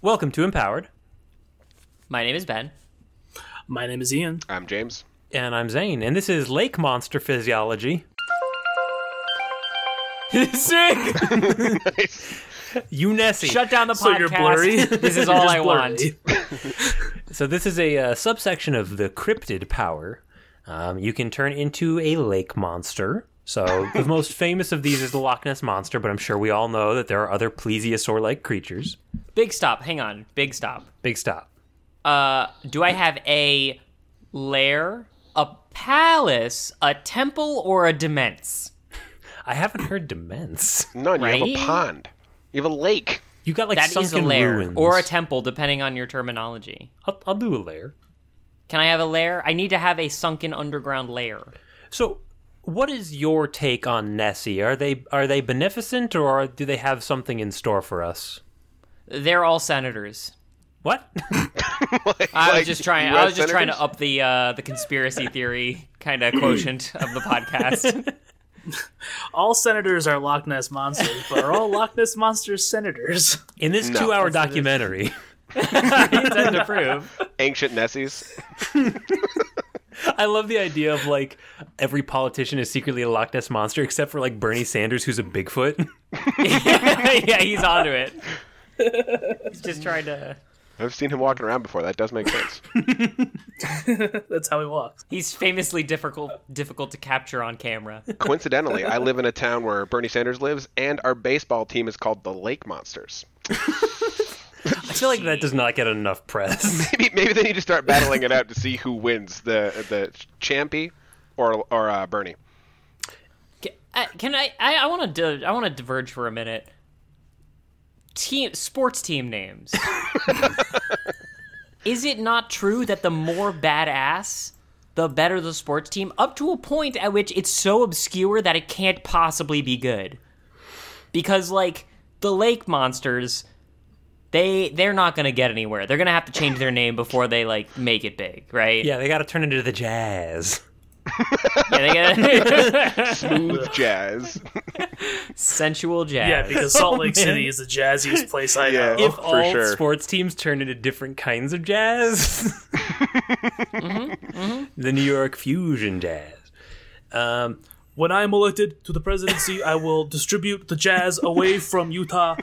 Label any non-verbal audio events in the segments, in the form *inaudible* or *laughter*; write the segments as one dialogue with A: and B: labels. A: Welcome to Empowered,
B: My name is
C: *laughs*
B: Ben.
C: My name is Ian.
D: I'm James. *laughs*
A: and I'm Zane, and this is Lake Monster Physiology.
B: Sick!
D: Nice.
A: You Nessie.
B: Shut down the podcast.
C: So you're blurry?
B: *laughs* This is
C: *laughs* You're
B: all
C: just
B: I want.
C: blurry.
A: so this is a uh, subsection of the cryptid power. Um, you can turn into a lake monster.
B: *laughs*
A: So the most famous of these is the Loch Ness monster, but I'm sure we all know that there are other plesiosaur-like creatures.
B: Big stop. Hang on. Big stop.
A: Big stop.
B: Uh, do I have a lair, a palace, a temple, or a demence?
A: I haven't heard dements.
D: None. You
B: Right?
D: have a pond. You have a lake. *laughs*
A: You got like
B: That
A: sunken
B: is a lair
A: ruins.
B: or a temple, depending on your terminology.
A: I'll, I'll do a lair.
B: Can I have a lair? I need to have a sunken underground lair.
A: So, what is your take on Nessie? Are they are they beneficent, or are, do they have something in store for us?
B: They're all senators.
A: What? *laughs*
D: Like-
B: I
D: like
B: was just trying.
D: US
B: I was just trying to
D: senators?
B: up the uh, the conspiracy theory kind of quotient of the
C: *laughs*
B: podcast.
C: All senators are Loch Ness *laughs* monsters, but are all Loch Ness monsters senators? *laughs*
A: In this
D: No.
A: two-hour documentary, *laughs*
B: Tend to prove.
D: ancient Nessies.
A: I love the idea of like every politician is secretly a Loch Ness monster, except for like Bernie Sanders, who's a Bigfoot. *laughs*
B: *laughs* yeah, he's onto it. He's just trying to.
D: I've seen him walking around before. That does
B: *laughs*
D: make sense.
C: That's how he walks.
B: He's famously difficult difficult to capture on camera.
D: Coincidentally, I live in a town where Bernie Sanders lives, and our baseball team is called the Lake Monsters. *laughs*
A: I feel like that does not get enough
D: *laughs*
A: press.
D: Maybe, maybe they need to start battling it out to see who wins the the Champy or or uh, Bernie.
B: Can I? Can I, I, I want to. I want to diverge for a minute. Team sports team names. Is it not true that the more badass, the better the sports team? Up to a point at which it's so obscure that it can't possibly be good. Because like the Lake Monsters, they they're not gonna get anywhere. They're gonna have to change their name before they like make it big, right?
A: yeah, they got to turn into the Jazz.
B: Yeah, they gotta-
D: Smooth jazz.
B: *laughs*
D: *laughs*
B: sensual jazz.
C: Yeah, because
B: Oh,
C: Salt Lake City is the jazziest place I know.
D: Yeah.
A: If
D: For
A: all
D: sure.
A: sports teams turn into different kinds of jazz, *laughs* the New York fusion jazz. Um,
C: When I am elected to the presidency, I will distribute the jazz away from Utah,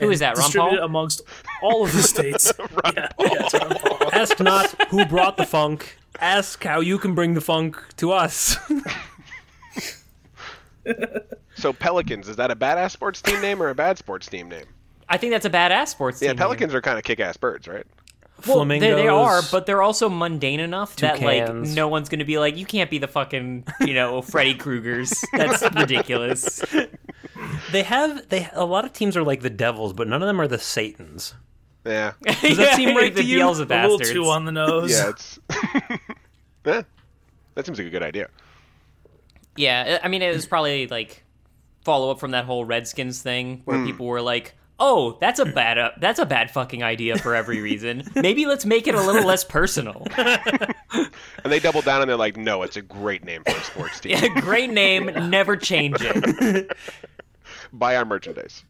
B: Who is that? Ron
C: distribute it
B: Paul.
C: amongst all of the *laughs* states. yeah, yeah, Ron Paul.
A: ask not who brought the funk. Ask how you can bring the funk to us. *laughs*
D: So Pelicans is that a badass sports team name or a bad sports team name?
B: I think that's a badass sports
D: Yeah,
B: team.
D: Pelicans are kind of kick-ass birds, right?
B: Well, they,
A: Flamingos.
B: they are, but they're also mundane enough that like
A: Toucans.
B: no one's gonna be like, you can't be the fucking you *laughs* know Freddy Krueger's. *laughs* That's ridiculous.
A: they have they a lot of teams are like the devils, but none of them are the satans.
B: *laughs*
D: Yeah,
B: Does
A: that seem right
B: *laughs* the
A: to you?
B: Beelze
C: a little
B: bastards.
C: too on the nose.
D: yeah. It's *laughs* Eh, that seems like a good idea.
B: Yeah, I I mean it was probably like follow up from that whole Redskins thing where people were like. Oh, that's a bad uh, that's a bad fucking idea for every reason. Maybe let's make it a little less personal. *laughs*
D: And they double down and they're like, no, it's a great name for a sports team.
B: Great name, never change it.
D: Buy our merchandise.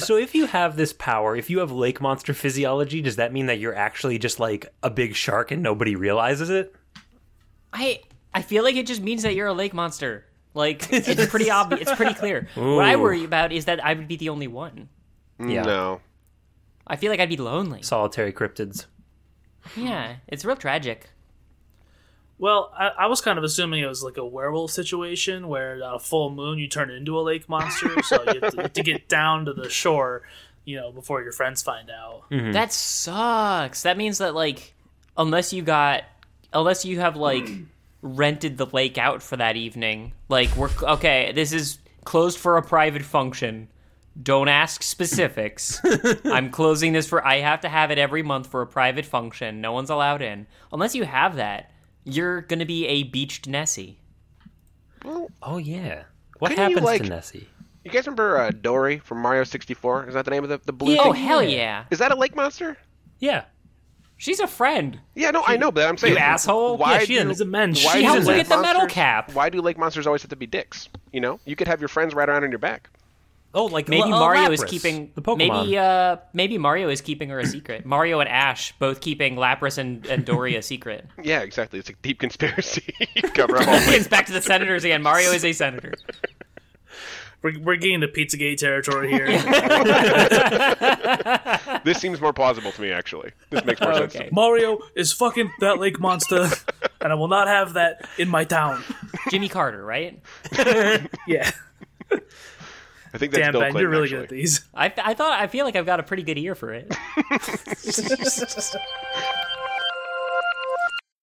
A: So if you have this power, if you have lake monster physiology, does that mean that you're actually just like a big shark and nobody realizes it?
B: I I feel like it just means that you're a lake monster. Like it's pretty obvious. It's pretty clear. What I
A: Ooh.
B: worry about is that I would be the only one.
D: No.
B: I feel like I'd be lonely.
A: Solitary cryptids.
B: Yeah, it's real tragic.
C: Well, I, I was kind of assuming it was like a werewolf situation where on a full moon you turn into a lake monster, so you have to, you have to get down to the shore, you know, before your friends find out.
D: Hmm.
B: That sucks. That means that like unless you got unless you have like rented the lake out for that evening, like we're okay, this is closed for a private function. Don't ask specifics. I'm closing this for I have to have it every month for a private function. No one's allowed in. Unless you have that, you're going to be a beached Nessie.
A: Oh yeah. What
D: Couldn't you,
A: happens
D: like-
A: to Nessie?
D: You guys remember uh, Dory from Mario 64? Is that the name of the, the blue
B: Oh
D: thing?
B: hell yeah.
D: Is that a lake monster?
A: Yeah.
B: She's a friend.
D: Yeah, no, I know, but I'm saying.
B: You asshole.
A: Yeah,
D: Why
A: she
D: do,
A: is.
C: He's a mensch.
D: why
B: She
D: do
B: helps you
D: lake
B: get the metal
D: monsters-
B: cap.
D: Why do lake monsters always have to be dicks? You know, you could have your friends ride around on your back.
A: Oh, like
B: Maybe
A: La- uh,
B: Mario is
A: Lapras,
B: keeping
A: the Pokemon.
B: Maybe uh, maybe Mario is keeping her a secret. Mario and Ash both keeping Lapras and, and Dory a secret.
D: Yeah, exactly. It's a deep *laughs* conspiracy.
B: *laughs*
D: Cover up all my-
B: it's back to the senators again. Mario is a senator.
C: We're, we're getting to Pizzagate territory
D: *laughs*
C: here.
D: This seems more plausible to me, actually. This makes more sense.
B: Oh, Okay,
C: Mario is fucking that lake
D: *laughs*
C: monster, and I will not have that in my town.
B: Jimmy Carter, right?
C: Yeah,
D: I think that's
C: damn
D: Bill
C: Ben,
D: Clinton.
C: you're really
D: actually.
C: good at these.
D: *laughs*
B: I, I thought I feel like I've got a pretty good ear for it.